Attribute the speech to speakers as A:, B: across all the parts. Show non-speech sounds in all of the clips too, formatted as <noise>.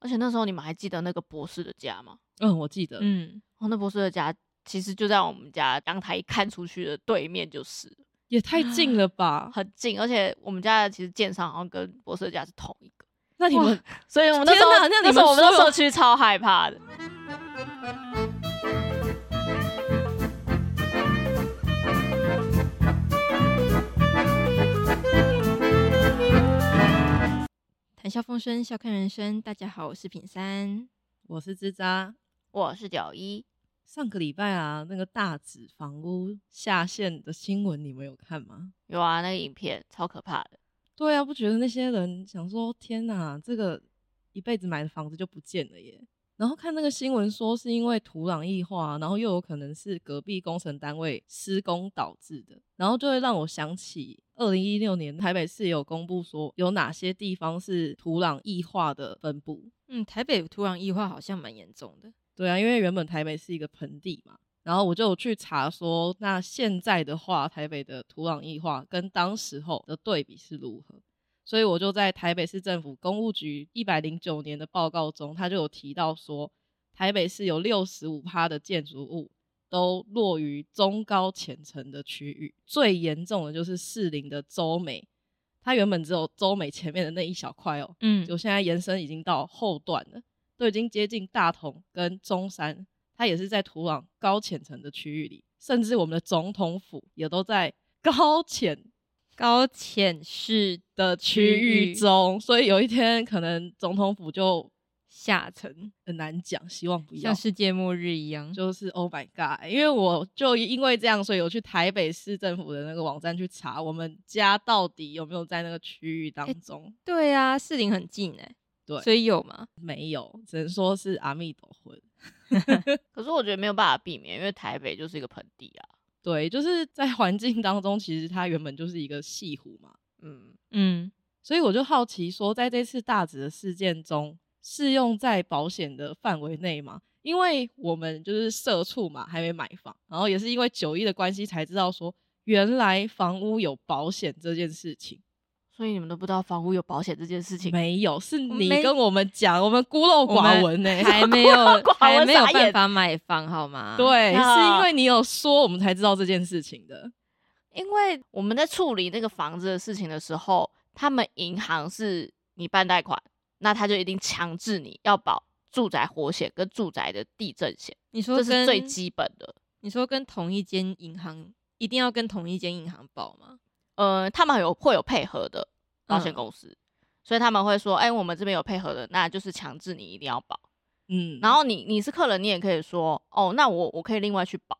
A: 而且那时候你们还记得那个博士的家吗？
B: 嗯，我记得，
A: 嗯，哦，那博士的家其实就在我们家阳台一看出去的对面，就是
B: 也太近了吧？
A: 很近，而且我们家的其实建商好像跟博士的家是同一个，
B: 那你们
A: 所以我们那时候
B: 天哪那你们
A: 时候我们的
B: 所
A: 社
B: 有
A: 区超害怕的。
C: 谈笑风生，笑看人生。大家好，我是品三。
B: 我是吱喳。
A: 我是九一，
B: 上个礼拜啊，那个大紫房屋下线的新闻，你们有看吗？
A: 有啊，那个影片超可怕的，
B: 对啊，不觉得那些人想说，天哪，这个一辈子买的房子就不见了耶。然后看那个新闻说，是因为土壤异化，然后又有可能是隔壁工程单位施工导致的，然后就会让我想起二零一六年台北市有公布说有哪些地方是土壤异化的分布，
C: 嗯，台北土壤异化好像蛮严重的。
B: 对啊，因为原本台北是一个盆地嘛，然后我就有去查说，那现在的话，台北的土壤异化跟当时候的对比是如何？所以我就在台北市政府公务局一百零九年的报告中，他就有提到说，台北市有六十五趴的建筑物都落于中高浅层的区域，最严重的就是士林的洲美，它原本只有洲美前面的那一小块哦，
C: 嗯
B: 就现在延伸已经到后段了，都已经接近大同跟中山，它也是在土壤高浅层的区域里，甚至我们的总统府也都在高浅
C: 高浅市
B: 的区域中，所以有一天可能总统府就
C: 下层，
B: 很难讲，希望不要
C: 像。世界末日一样。
B: 就是 Oh my God！因为我就因为这样，所以我去台北市政府的那个网站去查，我们家到底有没有在那个区域当中？
C: 对啊，士林很近哎、
B: 对
C: 所以有吗？
B: 没有，只能说是阿弥陀佛。
A: 可是我觉得没有办法避免，因为台北就是一个盆地啊，
B: 对，就是在环境当中，其实它原本就是一个西湖嘛，
A: 嗯，
C: 嗯，
B: 所以我就好奇说，在这次大紫的事件中，适用在保险的范围内吗？因为我们就是社畜嘛，还没买房，然后也是因为九一的关系才知道说，原来房屋有保险这件事情。
A: 所以你们都不知道房屋有保险这件事情，
B: 没有，是你
C: 没
B: 跟我们讲，我们孤陋
C: 我
B: 寡
C: 们
B: 闻呢、 <laughs>
C: 还
A: <laughs>
C: 没有
A: 我
C: 还没有
A: 傻眼
C: 办法嗯买房好吗？，
B: 对，是
A: 啊
B: 因为你有说，我们才知道这件事情的。
A: 因为我们在处理那个房子的事情的时候，他们银行是你办贷款，那他就一定强制你要保住宅火险跟住宅的地震险，
C: 你说
A: 这
C: 跟
A: 是最基本的。
C: 你说跟同一间银行一定要跟同一间银行保吗？
A: 呃，他们有会有配合的保险
C: 嗯
A: 公司，所以他们会说，哎、我们这边有配合的，那就是强制你一定要保。
B: 嗯，
A: 然后你你是客人，你也可以说，哦，那我我可以另外去保，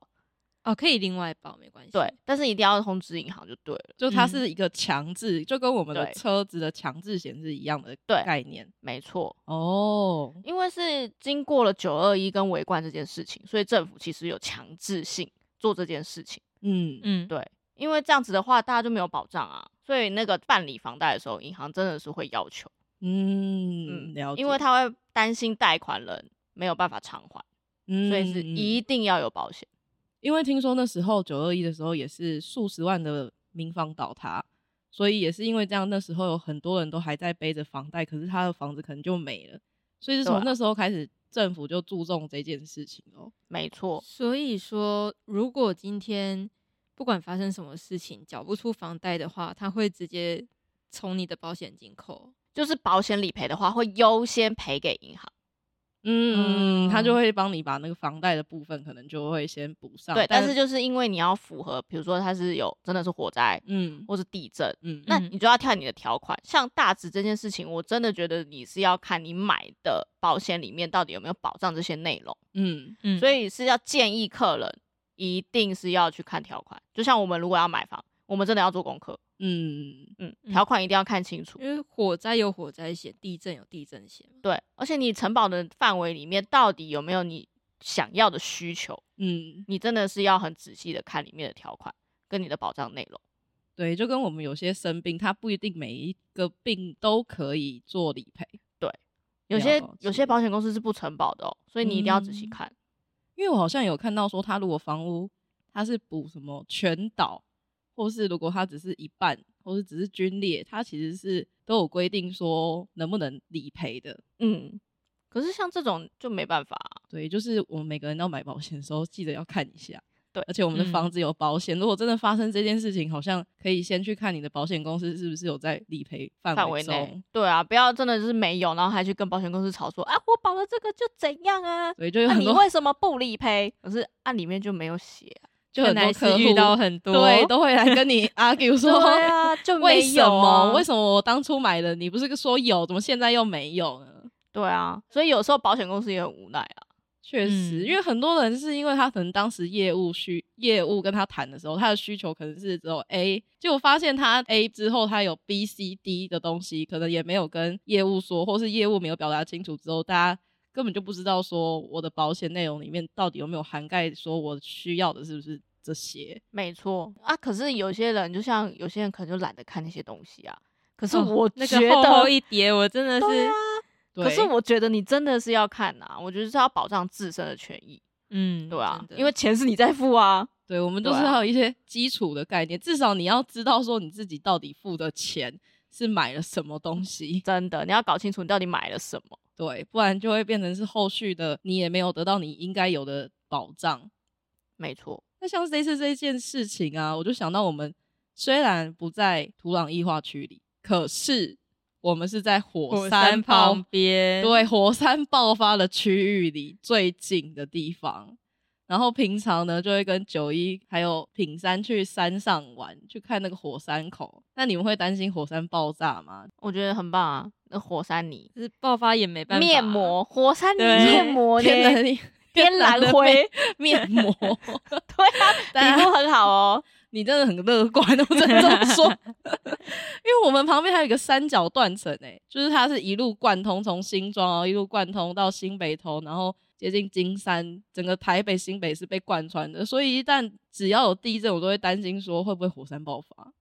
C: 哦，可以另外保，没关系。
A: 对，但是一定要通知银行就对了，
B: 就它
C: 嗯
B: 是一个强制，就跟我们的
A: 对
B: 车子的强制险是一样的
A: 对
B: 概念
A: 没错。
B: 哦。
A: 因为是经过了九二一跟围观这件事情，所以政府其实有强制性做这件事情。
B: 嗯，
C: 嗯，
A: 对，因为这样子的话，大家就没有保障啊，所以那个办理房贷的时候，银行真的是会要求，
B: 嗯，了解，
A: 因为他会担心贷款人没有办法偿还，
B: 嗯
A: 所以是
B: 嗯
A: 一定要有保险。
B: 因为听说那时候九二一的时候也是数十万的民房倒塌，所以也是因为这样，那时候有很多人都还在背着房贷，可是他的房子可能就没了，所以是
A: 对啊
B: 从那时候开始，政府就注重这件事情哦。
A: 没错，
C: 所以说，如果今天不管发生什么事情，缴不出房贷的话，他会直接从你的保险金扣。
A: 就是保险理赔的话，会优先赔给银行。
B: 嗯，
C: 嗯
B: 他就会帮你把那个房贷的部分可能就会先补上，
A: 对，但是就是因为你要符合，比如说它是有真的是火灾
B: 嗯
A: 或是地震，
B: 嗯，
A: 那
C: 嗯
A: 你就要看你的条款。像大值这件事情，我真的觉得你是要看你买的保险里面到底有没有保障这些内容，
B: 嗯
C: 嗯
A: 所以是要建议客人一定是要去看条款。就像我们如果要买房，我们真的要做功课，
B: 嗯
A: 嗯，
C: 嗯
A: 条款一定要看清楚。
C: 因为火灾有火灾险，地震有地震险嘛。
B: 嗯
A: 对，而且你承保的范围里面到底有没有你想要的需求，
B: 嗯，
A: 你真的是要很仔细的看里面的条款跟你的保障内容。
B: 对，就跟我们有些生病，它不一定每一个病都可以做理赔，
A: 有
B: 了
A: 些
B: 解
A: 有些保险公司是不承保的哦，所以你一定要仔细
B: 嗯
A: 看。
B: 因为我好像有看到说，它如果房屋它是补什么全倒，或是如果它只是一半，或是只是皲裂，它其实是都有规定说能不能理赔的。
A: 嗯，可是像这种就没办法啊、
B: 对，就是我们每个人要买保险的时候，记得要看一下。
A: 对
B: 而且我们的
C: 嗯
B: 房子有保险，如果真的发生这件事情，好像可以先去看你的保险公司是不是有在理赔
A: 范
B: 范
A: 围内
B: 中。。
A: 对啊，不要真的就是没有，然后还去跟保险公司吵说啊，我保了这个就怎样啊？
B: 所以就有
A: 那、
B: 很
A: 你
B: 多，
A: 为什么不理赔？可是案里面就没有写啊、
B: 就很
C: 本来
B: 多客
C: 是
B: 户
C: 遇到很多，
B: 对都会来跟你
A: <laughs>
B: <laughs> argue 说，
A: 对啊，
B: <laughs>
A: 就没
B: 为
A: 有
B: 什
A: 啊、
B: 么？为什么我当初买的你不是说有，怎么现在又没有呢？
A: 对啊，所以有时候保险公司也很无奈啊。
B: 确实，
C: 嗯
B: 因为很多人是因为他可能当时业务需业务跟他谈的时候，他的需求可能是只有 A，结果发现他 A 之后他有 B、C、D 的东西，可能也没有跟业务说，或是业务没有表达清楚之后，大家根本就不知道说我的保险内容里面到底有没有涵盖说我需要的是不是这些。
A: 没错啊，可是有些人就像有些人可能就懒得看那些东西啊。可是
C: 哦
A: 我
C: 那
A: 觉
C: 个
A: 得，
C: 厚厚一叠，我真的
A: 对
C: 是
A: 啊，
B: 对
A: 可是我觉得你真的是要看啊，我觉得是要保障自身的权益，
C: 嗯，
A: 对啊
C: 真，的
A: 因为钱是你在付啊。
B: 对，我们都
A: 对
B: 是
A: 啊
B: 要有一些基础的概念，至少你要知道说你自己到底付的钱是买了什么东西，
A: 真的，你要搞清楚你到底买了什么。
B: 对，不然就会变成是后续的你也没有得到你应该有的保障。
A: 没错，
B: 那像这次这件事情啊，我就想到我们虽然不在土壤异化区里，可是我们是在火
C: 火
B: 山
C: 山
B: 爆
C: 旁边，
B: 对，火山爆发的区域里最近的地方。然后平常呢，就会跟九一还有品山去山上玩，去看那个火山口。那你们会担心火山爆炸吗？
A: 我觉得很棒啊，那火山泥
C: 就是爆发也没办法，啊
A: 面膜，火山泥
C: 对
A: 面膜呢，
B: <laughs> 天蓝
A: 天蓝 <laughs> 灰，
B: 面膜， <laughs>
A: 对啊，
B: 大
A: 皮
B: 家
A: 肤很好哦。
B: 你真的很乐观， <laughs> 我真的这么说。 <laughs> 因为我们旁边还有一个三角断层诶，就是它是一路贯通从新庄，然后一路贯通到新北投，然后接近金山，整个台北新北是被贯穿的。所以一旦只要有地震，我都会担心说会不会火山爆发。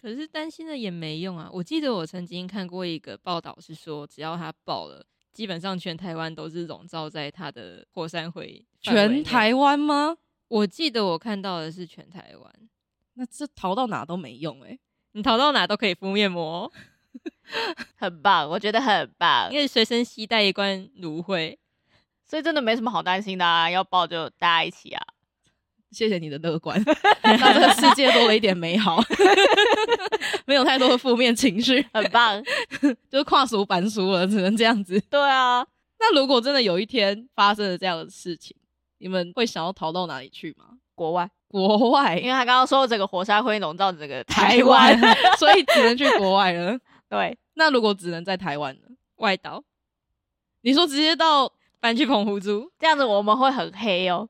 C: 可是担心的也没用啊。我记得我曾经看过一个报道，是说只要它爆了，基本上全台湾都是笼罩在它的火山灰范围内
B: 全台。湾吗？
C: 我记得我看到的是全台湾，
B: 那这逃到哪都没用欸诶。
C: 你逃到哪都可以敷面膜，哦
A: 很棒，我觉得很棒
B: 呃
C: 因，为随身携带一罐芦荟。
A: 所以真的没什么好担心的啊。要抱就大家一起啊。
B: 谢谢你的乐观，让这个世界多了一点美好， <laughs> 没有太多的负面情绪，
A: 很棒，
B: 就是跨俗板俗了，只能这样子。
A: <laughs> 对啊，
B: 那如果真的有一天发生了这样的事情，你们会想要逃到哪里去吗？
A: 国外，
B: 国
A: 因
B: 外，
A: 为他刚刚说整个火山灰笼罩整个台湾，，
B: 所以只能去国外了。
A: 对，
B: 那如果只能在台湾呢？
C: 外岛
B: 你说直接到，
C: 搬去澎湖住，
A: 这样子我们会很黑哦。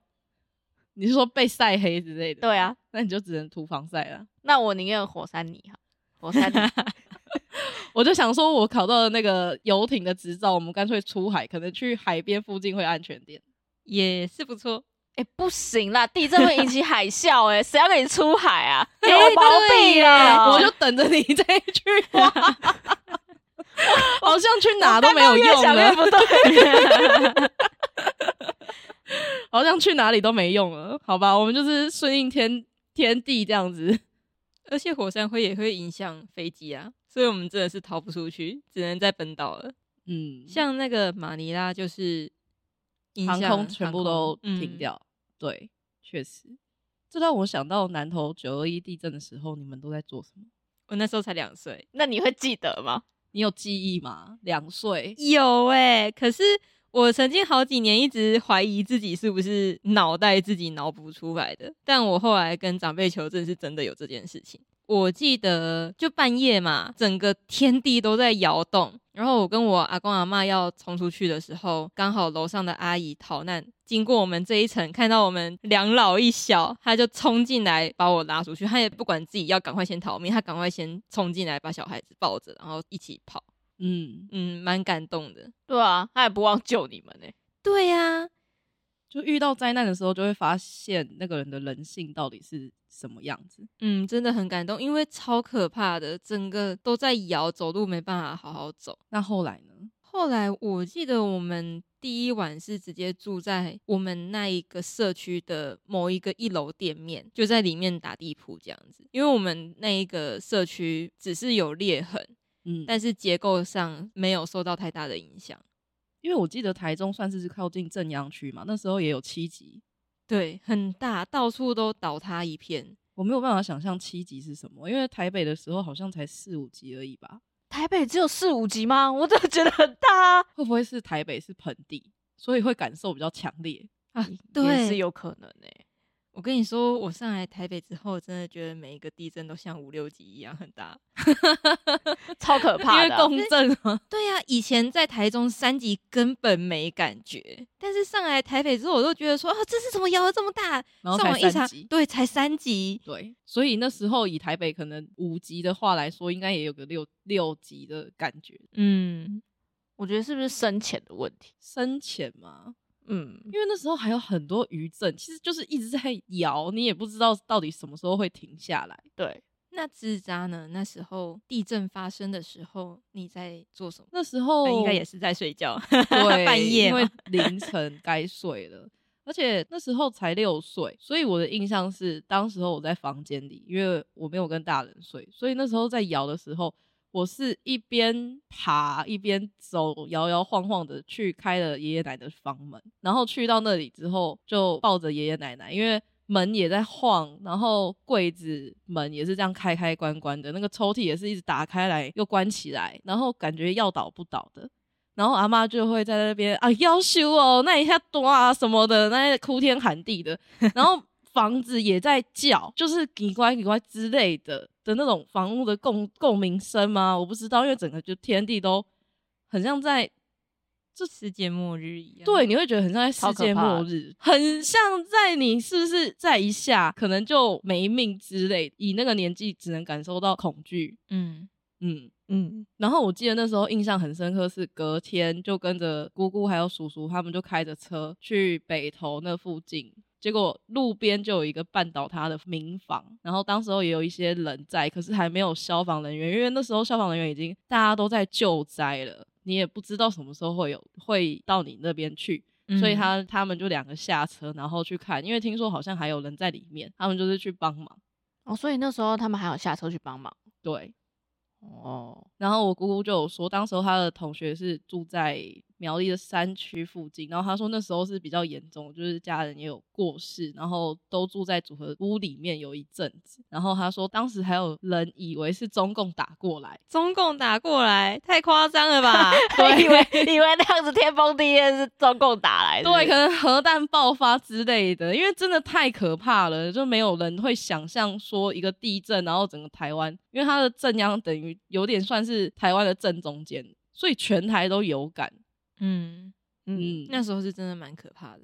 B: 你是说被晒黑之类的？
A: 对啊，
B: 那你就只能涂防晒了。
A: 那我宁愿火山泥哈，火 <laughs> 山泥
B: 我就想说，我考到了那个游艇的执照，我们干脆出海，可能去海边附近会安全点。
C: 也是不错。
A: 哎、不行啦，地震会引起海啸、欸，哎，谁要跟你出海啊？ <laughs> 有
C: 哎
A: 毛
C: 对
A: 病
C: 耶
A: <laughs> 啊！
B: 我就等着你再去挖，
A: <laughs>
B: 好像去哪都没有用
A: 刚刚越想
B: 了
A: 越， <laughs> 不对。
B: 好像去哪里都没用了，好吧，我们就是顺应天天地这样子。
C: 而且火山灰也会影响飞机啊，所以我们真的是逃不出去，只能在本岛了。
B: 嗯，
C: 像那个马尼拉就是影
B: 航
C: 响
B: 空全部都
C: 航空嗯
A: 嗯
B: 停、掉，对，确实，这让我想到南投九二一地震的时候，你们都在做什么？
C: 嗯我那时候才两岁，
A: 那你会记得吗？
B: 你有记忆吗？两岁，
C: 有哎、可是我曾经好几年一直怀疑自己是不是脑袋自己脑补出来的，但我后来跟长辈求证，是真的有这件事情。我记得就半夜嘛，整个天地都在摇动。然后我跟我阿公阿妈要冲出去的时候，刚好楼上的阿姨逃难，经过我们这一层，看到我们两老一小，她就冲进来把我拉出去。她也不管自己要赶快先逃命，她赶快先冲进来把小孩子抱着，然后一起跑。
B: 嗯，
C: 嗯，蛮感动的。
A: 对啊，他也不忘救你们呢、欸
C: 对啊呀、
B: 就遇到灾难的时候，就会发现那个人的人性到底是什么样子。
C: 嗯，真的很感动，因为超可怕的，整个都在摇，走路没办法好好走。
B: 那后来呢？
C: 后来我记得我们第一晚是直接住在我们那一个社区的某一个一楼店面，就在里面打地铺这样子，因为我们那一个社区只是有裂痕，
B: 嗯，
C: 但是结构上没有受到太大的影响。
B: 因为我记得台中算是靠近正阳区嘛，那时候也有七级，
C: 对，很大，到处都倒塌一片。
B: 我没有办法想象七级是什么，因为台北的时候好像才四五级而已吧。
A: 台北只有四五级吗？我真的觉得很大、啊，
B: 会不会是台北是盆地，所以会感受比较强烈？
C: 啊，
A: 也是
C: 对，
A: 有可能欸诶、
C: 我跟你说，我上来台北之后，真的觉得每一个地震都像五六级一样很大， <laughs>
A: 超可怕
C: 因
A: 的
C: 为
A: 啊、
C: 共振嘛。对呀、以前在台中三级根本没感觉，但是上来台北之后，我都觉得说，啊，这是怎么摇的这么大？
B: 然后
C: 上
B: 才
C: 网一
B: 三
C: 查
B: 级，
C: 对，才三级。
B: <laughs> 对，所以那时候以台北可能五级的话来说，应该也有个六六级的感觉。
C: 嗯，
A: 我觉得是不是深浅的问题？
B: 深浅嘛，
A: 嗯，
B: 因为那时候还有很多余震，其实就是一直在摇，你也不知道到底什么时候会停下来。
A: 对，
C: 那智渣呢？那时候地震发生的时候，你在做什么？
B: 那时候
C: 那应该也是在睡觉，
B: <laughs>
C: <laughs>
B: 对，
C: 半夜
B: 因
C: 嘛 <laughs>
B: 为凌晨该睡了，而且那时候才六岁，所以我的印象是，当时候我在房间里，因为我没有跟大人睡，所以那时候在摇的时候，我是一边爬一边走，摇摇晃晃的去开了爷爷奶奶的房门，然后去到那里之后，就抱着爷爷奶奶，因为。门也在晃，然后柜子门也是这样开开关关的，那个抽屉也是一直打开来又关起来，然后感觉要倒不倒的。然后阿妈就会在那边啊要修哦，那一下多啊什么的，那哭天喊
A: <laughs>
B: 地的，然后房子也在叫，就是叽呱叽呱之类的的那种房屋的共共鸣声吗？我不知道，因为整个就天地都很像在
C: 就世界末日一样。
B: 对，，你会觉得很像在
A: 啊超
B: 世
A: 可
B: 界
A: 怕
B: 末日，很像在你是不是在一下可能就没命之类，以那个年纪只能感受到恐惧，
C: 嗯，
B: 嗯。
A: 嗯，
B: 然后我记得那时候印象很深刻，是隔天就跟着姑姑还有叔叔他们就开着车去北投那附近，结果路边就有一个半倒塌的民房，然后当时候也有一些人在，可是还没有消防人员，因为那时候消防人员已经大家都在救灾了，你也不知道什么时候会有会到你那边去，所
C: 嗯
B: 以他他们就两个下车然后去看，因为听说好像还有人在里面，他们就是去帮忙，
A: 哦，所以那时候他们还有下车去帮 <laughs> 忙
B: 对，
A: 哦，
B: 然后我姑姑就有说，当时候她的同学是住在苗栗的山区附近，然后她说那时候是比较严重，就是家人也有过世，然后都住在组合屋里面有一阵子。然后她说，当时还有人以为是中共打过来，
C: 中共打过来，太夸张了 <laughs> 吧？
A: 以为以为那样子天崩地裂是中共打来的，
B: 对，可能核弹爆发之类的，因为真的太可怕了，就没有人会想象说一个地震，然后整个台湾，因为它的震央等于有点算是台湾的正中间，所以全台都有感。
C: 嗯，
A: 嗯，
B: 嗯，
C: 那时候是真的蛮可怕的。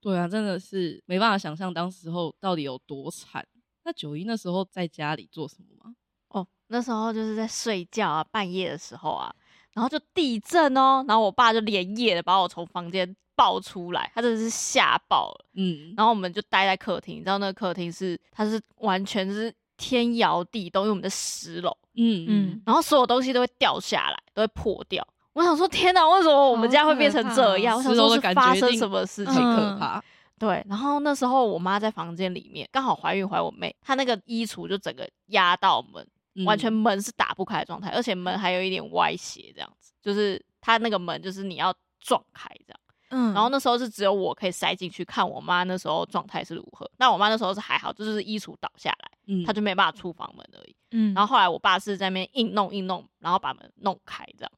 B: 对啊，真的是没办法想象当时候到底有多惨。那九一那时候在家里做什么吗？
A: 哦，那时候就是在睡觉啊，半夜的时候啊，然后就地震哦，然后我爸就连夜的把我从房间抱出来，他真的是吓爆了。
B: 嗯，
A: 然后我们就待在客厅，你知道那个客厅是它是完全是天摇地动，因为我们在十楼，
B: 嗯嗯
C: 嗯，
A: 然后所有东西都会掉下来，都会破掉。我想说，天哪，为什么我们家会变成这样？
B: 好
A: 我想说
B: 可怕哦十楼的
A: 是
B: 感
A: 发
B: 觉一
A: 生
B: 定
A: 什么事
B: 很
A: 情？ <laughs>
C: 嗯
B: 可怕。
A: 对，然后那时候我妈在房间里面，刚好怀孕怀我妹，她那个衣橱就整个压到门，
B: 嗯
A: 完全门是打不开的状态，而且门还有一点歪斜，这样子，就是它那个门就是你要撞开这样。
C: 嗯
A: 然后？那时候是只有我可以塞进去看我妈那时候状态是如何。那我妈那时候是还好，就是衣橱倒下来，
B: 嗯
A: 她就没办法出房门而已。
C: 嗯
A: 然后后来我爸是在那边硬弄硬弄，然后把门弄开这样。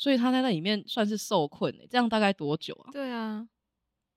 B: 所以他在那里面算是受困欸诶、这样大概多久啊？
C: 对啊，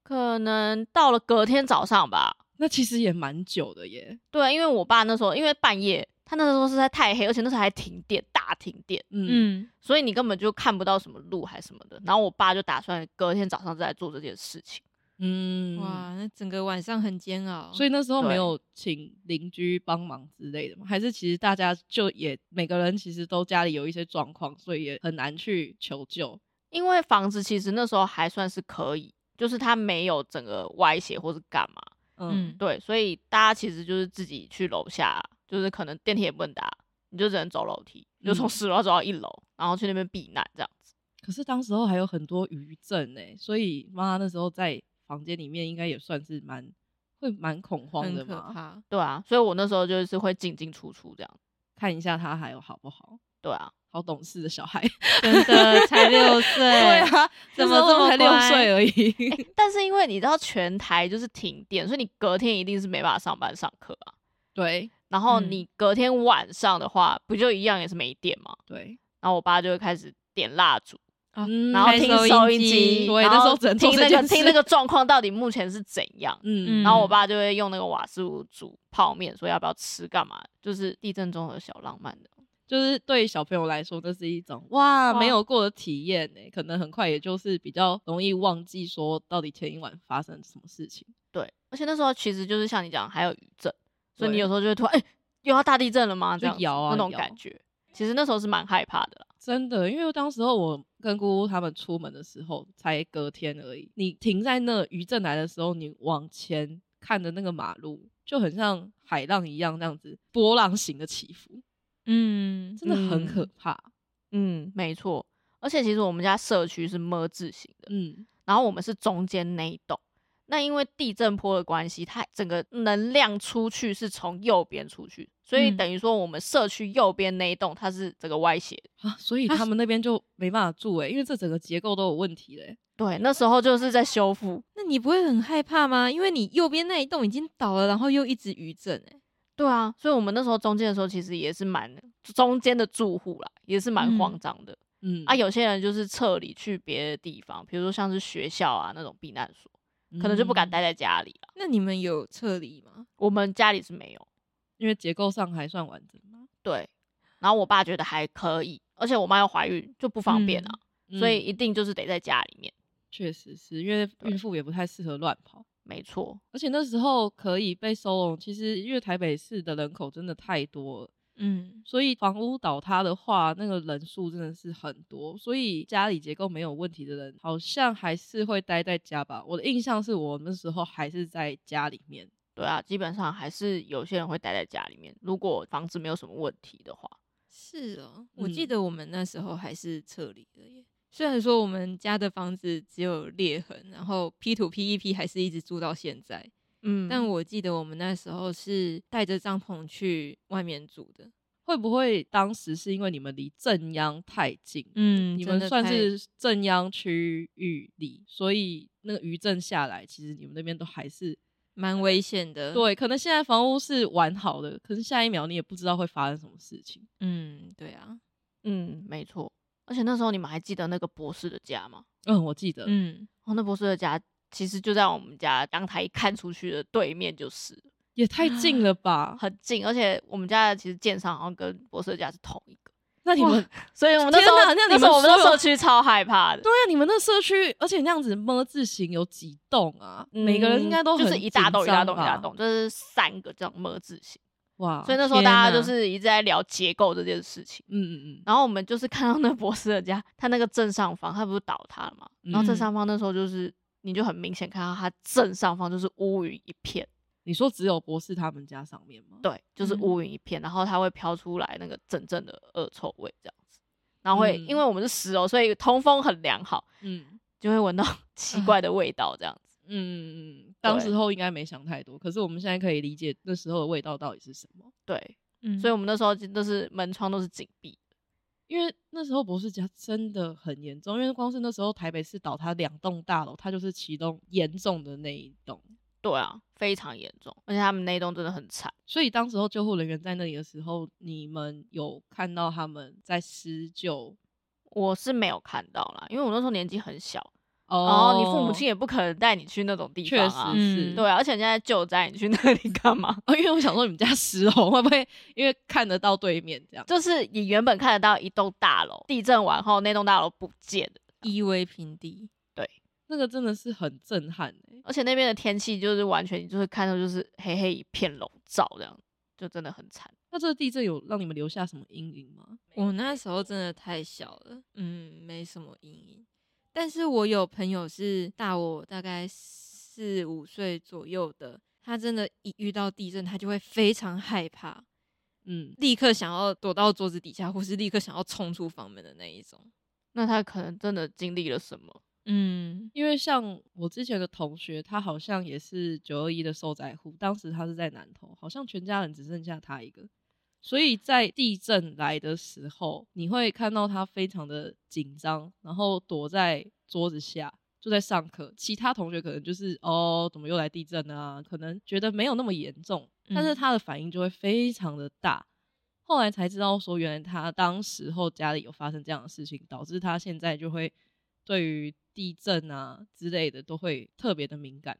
A: 可能到了隔天早上吧，
B: 那其实也蛮久的耶。
A: 对，因为我爸那时候因为半夜，他那时候是在太黑，而且那时候还停电，大停电。
B: 嗯，
C: 嗯，
A: 所以你根本就看不到什么路还什么的。然后我爸就打算隔天早上再来做这件事情。
B: 嗯
C: 哇，那整个晚上很煎熬。
B: 所以那时候
A: 对
B: 没有请邻居帮忙之类的吗？还是其实大家就也每个人其实都家里有一些状况，所以也很难去求救。
A: 因为房子其实那时候还算是可以，就是它没有整个歪斜或是干嘛，
B: 嗯
C: 嗯，
A: 对，所以大家其实就是自己去楼下，就是可能电梯也不能打，你就只能走楼梯，就从
B: 嗯
A: 十楼走到一楼，然后去那边避难这样子。
B: 可是当时候还有很多余震哎、所以妈妈那时候在房间里面应该也算是蛮会蛮恐慌的
C: 很可
B: 嘛。
C: 怕。
A: 对啊，所以我那时候就是会进进出出这样。
B: 看一下她还有好不好？
A: 对啊，
B: 好懂事的
A: <laughs>
B: 小孩。
C: <laughs> 真的才六 <laughs> 岁，
B: 对啊，
C: 怎
B: 那
C: 么
B: 时候
C: 这么
B: 才六
C: 乖
B: 岁而已？ <laughs>
A: 欸但是因为你知道全台就是停电，所以你隔天一定是没办法上班上课啊。
B: 对
A: 然后
C: 嗯
A: 你隔天晚上的话，不就一样也是没电吗？
B: 对，
A: 然后我爸就会开始点蜡烛，
C: 啊
B: 嗯
A: 然后
C: 开
A: 听
C: 收音
A: 收音
C: 机
A: 机，
B: 对
A: 然
B: 那时
A: 后
B: 候只能做
A: 听
B: 这
A: 那
B: 件
A: 个听
B: 事
A: 那个状况到底目前是怎样。
B: 嗯，
A: 然后我爸就会用那个瓦斯炉煮泡面，说要不要吃干嘛，就是地震中的小浪漫的。
B: 就是对小朋友来说，这是一种哇
A: 哇
B: 没有过的体验呢、可能很快也就是比较容易忘记说到底前一晚发生什么事情。
A: 对，而且那时候其实就是像你讲，还有余震，所以你
B: 对
A: 有时候就会突然哎、又要大地震了吗？
B: 就
A: 这样子
B: 摇啊
A: 那种
B: 摇
A: 感觉，其实那时候是蛮害怕的啦。
B: 真的，因为当时候我跟姑姑他们出门的时候才隔天而已。你停在那余震来的时候，你往前看的那个马路就很像海浪一样，这样子波浪形的起伏，
C: 嗯，
B: 真的很
A: 嗯
B: 可怕。
A: 嗯，没错。而且其实我们家社区是么字形的，
B: 嗯，
A: 然后我们是中间那一栋。那因为地震波的关系，它整个能量出去是从右边出去，所以
C: 嗯
A: 等于说我们社区右边那一栋它是整个歪斜的。
B: 啊，所以他们那边就没办法住欸诶、因为这整个结构都有问题嘞、
A: 对，那时候就是在修复，
C: 那你不会很害怕吗？因为你右边那一栋已经倒了，然后又一直余震、欸，
A: 对啊，所以我们那时候中间的时候，其实也是蛮中间的住户啦，也是蛮
C: 嗯
A: 慌张的、
B: 嗯
A: 啊。有些人就是撤离去别的地方，比如说像是学校啊那种避难所，可能就不敢
B: 嗯
A: 待在家里了。
C: 那你们有撤离吗？
A: 我们家里是没有，
B: 因为结构上还算完整嘛，
A: 对。然后我爸觉得还可以，而且我妈又怀孕，就不方便啊，所以
B: 嗯
A: 一定就是得在家里面。
B: 确实是因为孕妇也不太适合乱跑，
A: 没错，
B: 而且那时候可以被收容，其实因为台北市的人口真的太多了，
C: 嗯，
B: 所以房屋倒塌的话，那个人数真的是很多，所以家里结构没有问题的人，好像还是会待在家吧。我的印象是我那时候还是在家里面，
A: 对啊，基本上还是有些人会待在家里面，如果房子没有什么问题的话。
C: 是哦，我记
B: 嗯
C: 得我们那时候还是撤离的耶。虽然说我们家的房子只有裂痕，然后 P 图 P 一 P 还是一直住到现在，
A: 嗯
C: 但我记得我们那时候是带着帐篷去外面住的。
B: 会不会当时是因为你们离正央太近？
C: 嗯
B: 你们算是正央区域里，所以那个余震下来，其实你们那边都还是
C: 蛮危险的。，
B: 对，可能现在房屋是完好的，可是下一秒你也不知道会发生什么事情。
C: 嗯，对啊，
A: 嗯，没错。而且那时候你们还记得那个博士的家吗？
B: 嗯，我记得，
C: 嗯，
A: 哦，那博士的家其实就在我们家阳台一看出去的对面，就是了
B: 也太近了吧？
A: 很近，而且我们家的其实建商好像跟博士的家是同一个，
B: 那你们
A: 所以我们那时候
B: 天哪那你们
A: 时候我们那
B: 所
A: 社
B: 有
A: 区超害怕的
B: 对，啊呀、你们那社区，而且那样子么字形有几栋啊？每个人应该都
A: 嗯就是
B: 很
A: 一大
B: 紧
A: 栋一大
B: 张
A: 栋一大
B: 吧
A: 栋，就是三个这样么字形，
B: 哇！
A: 所以那时候
C: 天
A: 大家就
C: 哪
A: 是一直在聊结构这件事情。
B: 嗯嗯嗯，
A: 然后我们就是看到那博士的家，他那个正上方，他不是倒塌了嘛？然后正
C: 嗯
A: 上方那时候就是，你就很明显看到他正上方就是乌云一片，
B: 你说只有博士他们家上面吗？，
A: 对，就是
C: 嗯
A: 乌云一片，然后它会飘出来那个阵阵的恶臭味这样子，然后会、因为我们是十楼，所以通风很良好，
B: 嗯
A: 就会闻到 <laughs> 奇怪的味道这样子。
B: 嗯嗯嗯，当时
A: 对
B: 候应该没想太多，可是我们现在可以理解那时候的味道到底是什么，
A: 对，
C: 嗯
A: 所以我们那时候就都是门窗都是紧闭的。
B: 因为那时候博士家真的很严重，因为光是那时候台北市倒塌两栋大楼，它就是其中严重的那一栋。
A: 对啊，非常严重，而且他们那一栋真的很惨。
B: 所以当时候救护人员在那里的时候，你们有看到他们在施救
A: 我是没有看到啦，因为我那时候年纪很小，
B: 哦
A: 然后你父母亲也不可能带你去那种地
B: 确
A: 方
B: 实
A: 啊。
B: 是、
C: 嗯
A: 对啊，而且人家在救灾，你去那里干嘛？
B: 哦，因为我想说你们家十楼会不会因为看得到对面这样？
A: 就是你原本看得到一栋大楼，地震完后那栋大楼不见了。
C: 夷为平地。
B: 那个真的是很震撼、欸、
A: 而且那边的天气就是完全，你就是看到就是黑黑一片笼罩这样，就真的很惨。
B: 那这个地震有让你们留下什么阴影吗？
C: 我那时候真的太小了，嗯，没什么阴影。但是我有朋友是大我大概四五岁左右的，他真的，一遇到地震，他就会非常害怕，
B: 嗯，
C: 立刻想要躲到桌子底下，或是立刻想要冲出房门的那一种。
A: 那他可能真的经历了什么？
C: 嗯
B: 因为像我之前的同学，他好像也是九二一的受灾户，当时他是在南投，好像全家人只剩下他一个，所以在地震来的时候，你会看到他非常的紧张，然后躲在桌子下，就在上课。其他同学可能就是哦，怎么又来地震啊？可能觉得没有那么严重，但是
C: 嗯
B: 他的反应就会非常的大。后来才知道说，原来他当时候家里有发生这样的事情，导致他现在就会对于地震啊之类的都会特别的敏感。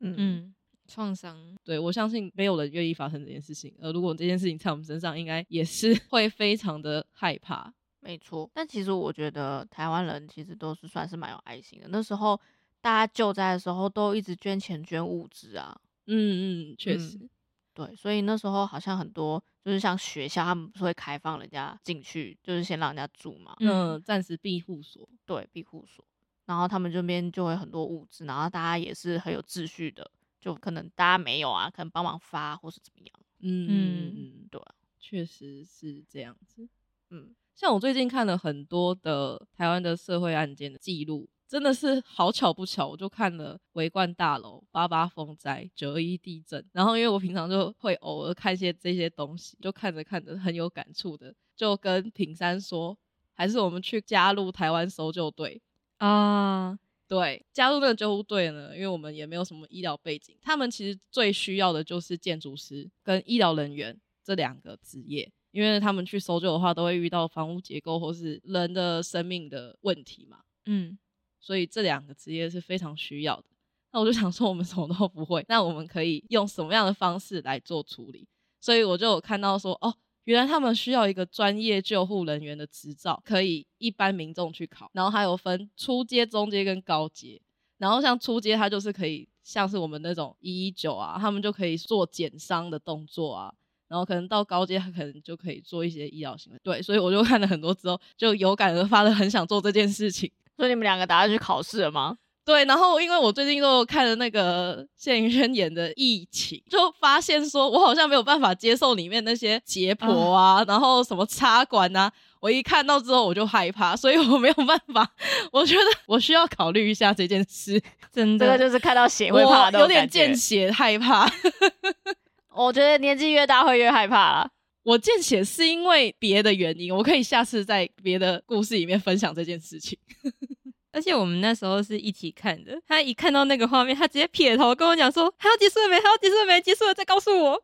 D: 嗯，
C: 嗯，创伤，
B: 对我相信没有人愿意发生这件事情，呃而如果这件事情在我们身上，应该也是 <laughs> 会非常的害怕。
A: 没错，但其实我觉得台湾人其实都是算是蛮有爱心的。那时候大家救灾的时候都一直捐钱捐物资啊，
B: 嗯嗯，确
D: 嗯
B: 实，
A: 对，所以那时候好像很多就是像学校，他们不是会开放人家进去，就是先让人家住嘛，
B: 嗯，暂时庇护所，
A: 对，庇护所。然后他们这边就会很多物资，然后大家也是很有秩序的，就可能大家没有啊，可能帮忙发或是怎么样。
B: 嗯嗯
C: 嗯
B: 嗯，
A: 对啊，
B: 确实是这样子。
A: 嗯，
B: 像我最近看了很多的台湾的社会案件的记录，真的是好巧不巧，我就看了围观大楼、八八风灾、九一地震，然后因为我平常就会偶尔看一些这些东西，就看着看着很有感触的，就跟平山说，还是我们去加入台湾搜救队。
C: 啊，
B: 对，加入那个救护队呢，因为我们也没有什么医疗背景，他们其实最需要的就是建筑师跟医疗人员这两个职业，因为他们去搜救的话，都会遇到房屋结构或是人的生命的问题嘛，
C: 嗯
B: 所以这两个职业是非常需要的。那我就想说，我们什么都不会，那我们可以用什么样的方式来做处理？所以我就有看到说，哦，原来他们需要一个专业救护人员的执照，可以一般民众去考，然后还有分初阶、中阶跟高阶。然后像初阶，它就是可以像是我们那种一一九啊，他们就可以做减伤的动作啊。然后可能到高阶，他可能就可以做一些医疗行为。对，所以我就看了很多之后，就有感而发的很想做这件事情。
A: 所以你们两个打算去考试了吗？
B: 对，然后因为我最近都有看了那个谢盈萱演的《疫情》，就发现说我好像没有办法接受里面那些解剖啊，然后什么插管啊，我一看到之后我就害怕，所以我没有办法。我觉得我需要考虑一下这
A: <laughs>
B: 件事，
C: 真
A: 这个
C: 的，
A: 就是看到血
B: 我
A: 会怕的那
B: 有
A: 种
B: 点
A: 感觉
B: 见血害怕。 <laughs>
A: 我觉得年纪越大会越害怕啦。
B: 我见血是因为别的原因，我可以下次在别的故事里面分享这件事情。
C: 而且我们那时候是一起看的，他一看到那个画面，他直接撇头跟我讲说：“还要结束了没？还要结束了没？结束了再告诉我。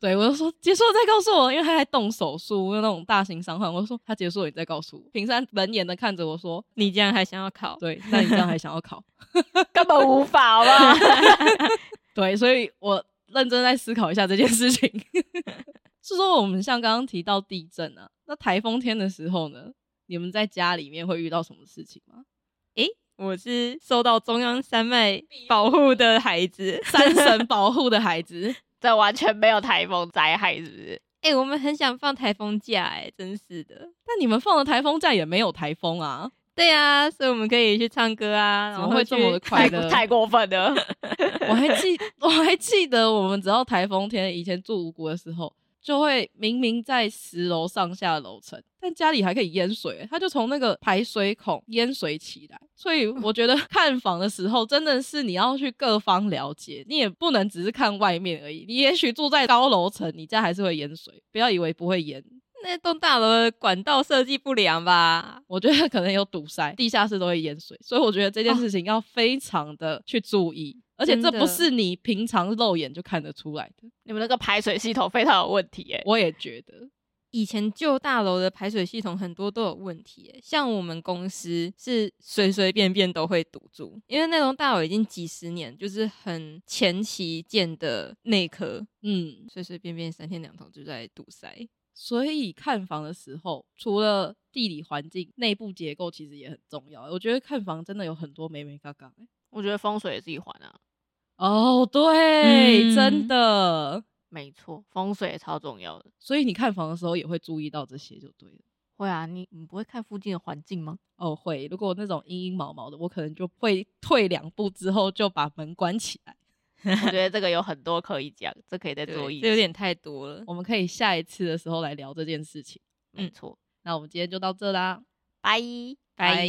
B: 对，我就说结束了再告诉我，因为他还动手术，那种大型伤患。我就说他结束了你再告诉我。平山冷眼的看着我说：“：“
C: 你竟然还想要考？”
B: 对，那你这样还想要考？ <laughs>
A: 根本无法，好不好？ <laughs>
B: 对，所以我认真在思考一下这件事情。 <laughs> 是说我们像刚刚提到地震啊，那台风天的时候呢，你们在家里面会遇到什么事情吗？
C: 我是受到中央山脉保护的孩子。
B: 三神保护的孩子， <laughs>
A: 这完全没有台风灾害，是不是？
C: 哎、我们很想放台风假、哎，真是的。
B: 但你们放了台风假也没有台风啊，
C: 对啊，所以我们可以去唱歌啊，
B: 怎
C: 然
B: 么
C: 后
B: 会这么的
C: 去
B: 快
A: 太
B: 乐？
A: 太过分了。 <laughs>
B: <laughs> 我还记我还记得，我们只要台风天，以前住五谷的时候，就会明明在十楼上下楼层，但家里还可以淹水，它就从那个排水孔淹水起来。所以我觉得看房的时候，真的是你要去各方了解，你也不能只是看外面而已。你也许住在高楼层，你家还是会淹水， <laughs> 不要以为不会淹。
C: 那栋大楼的管道设计不良吧？
B: 我觉得可能有堵塞，地下室都会淹水，所以我觉得这件事情要非常的去注意，而且这
C: 真的
B: 不是你平常肉眼就看得出来的。
A: 你们那个排水系统非常有问题耶、
B: 我也觉得，
C: 以前旧大楼的排水系统很多都有问题耶，像我们公司是随随便便都会堵住，因为那栋大楼已经几十年，就是很前期建的内科，
B: 嗯，
C: 随随便便三天两头就在堵塞。
B: 所以看房的时候，除了地理环境，内部结构其实也很重要。我觉得看房真的有很多美美嘎嘎、欸。
A: 我觉得风水也是一环啊，
B: 哦，对，
C: 嗯
B: 真的。
A: 没错，风水也超重要的。
B: 所以你看房的时候也会注意到这些，就对了。
A: 会啊，你你不会看附近的环境吗？
B: 哦，会。如果那种阴阴毛毛的，我可能就会退两步之后就把门关起来。
A: 我觉得这个有很多可以讲，这可以再
C: 对
A: 做一
C: 这有
A: 集
C: 点太多了。
B: 我们可以下一次的时候
C: 嗯
B: 来聊这件事情。
A: 没错。
B: 那我们今天就到这啦，
A: 拜。
C: 拜。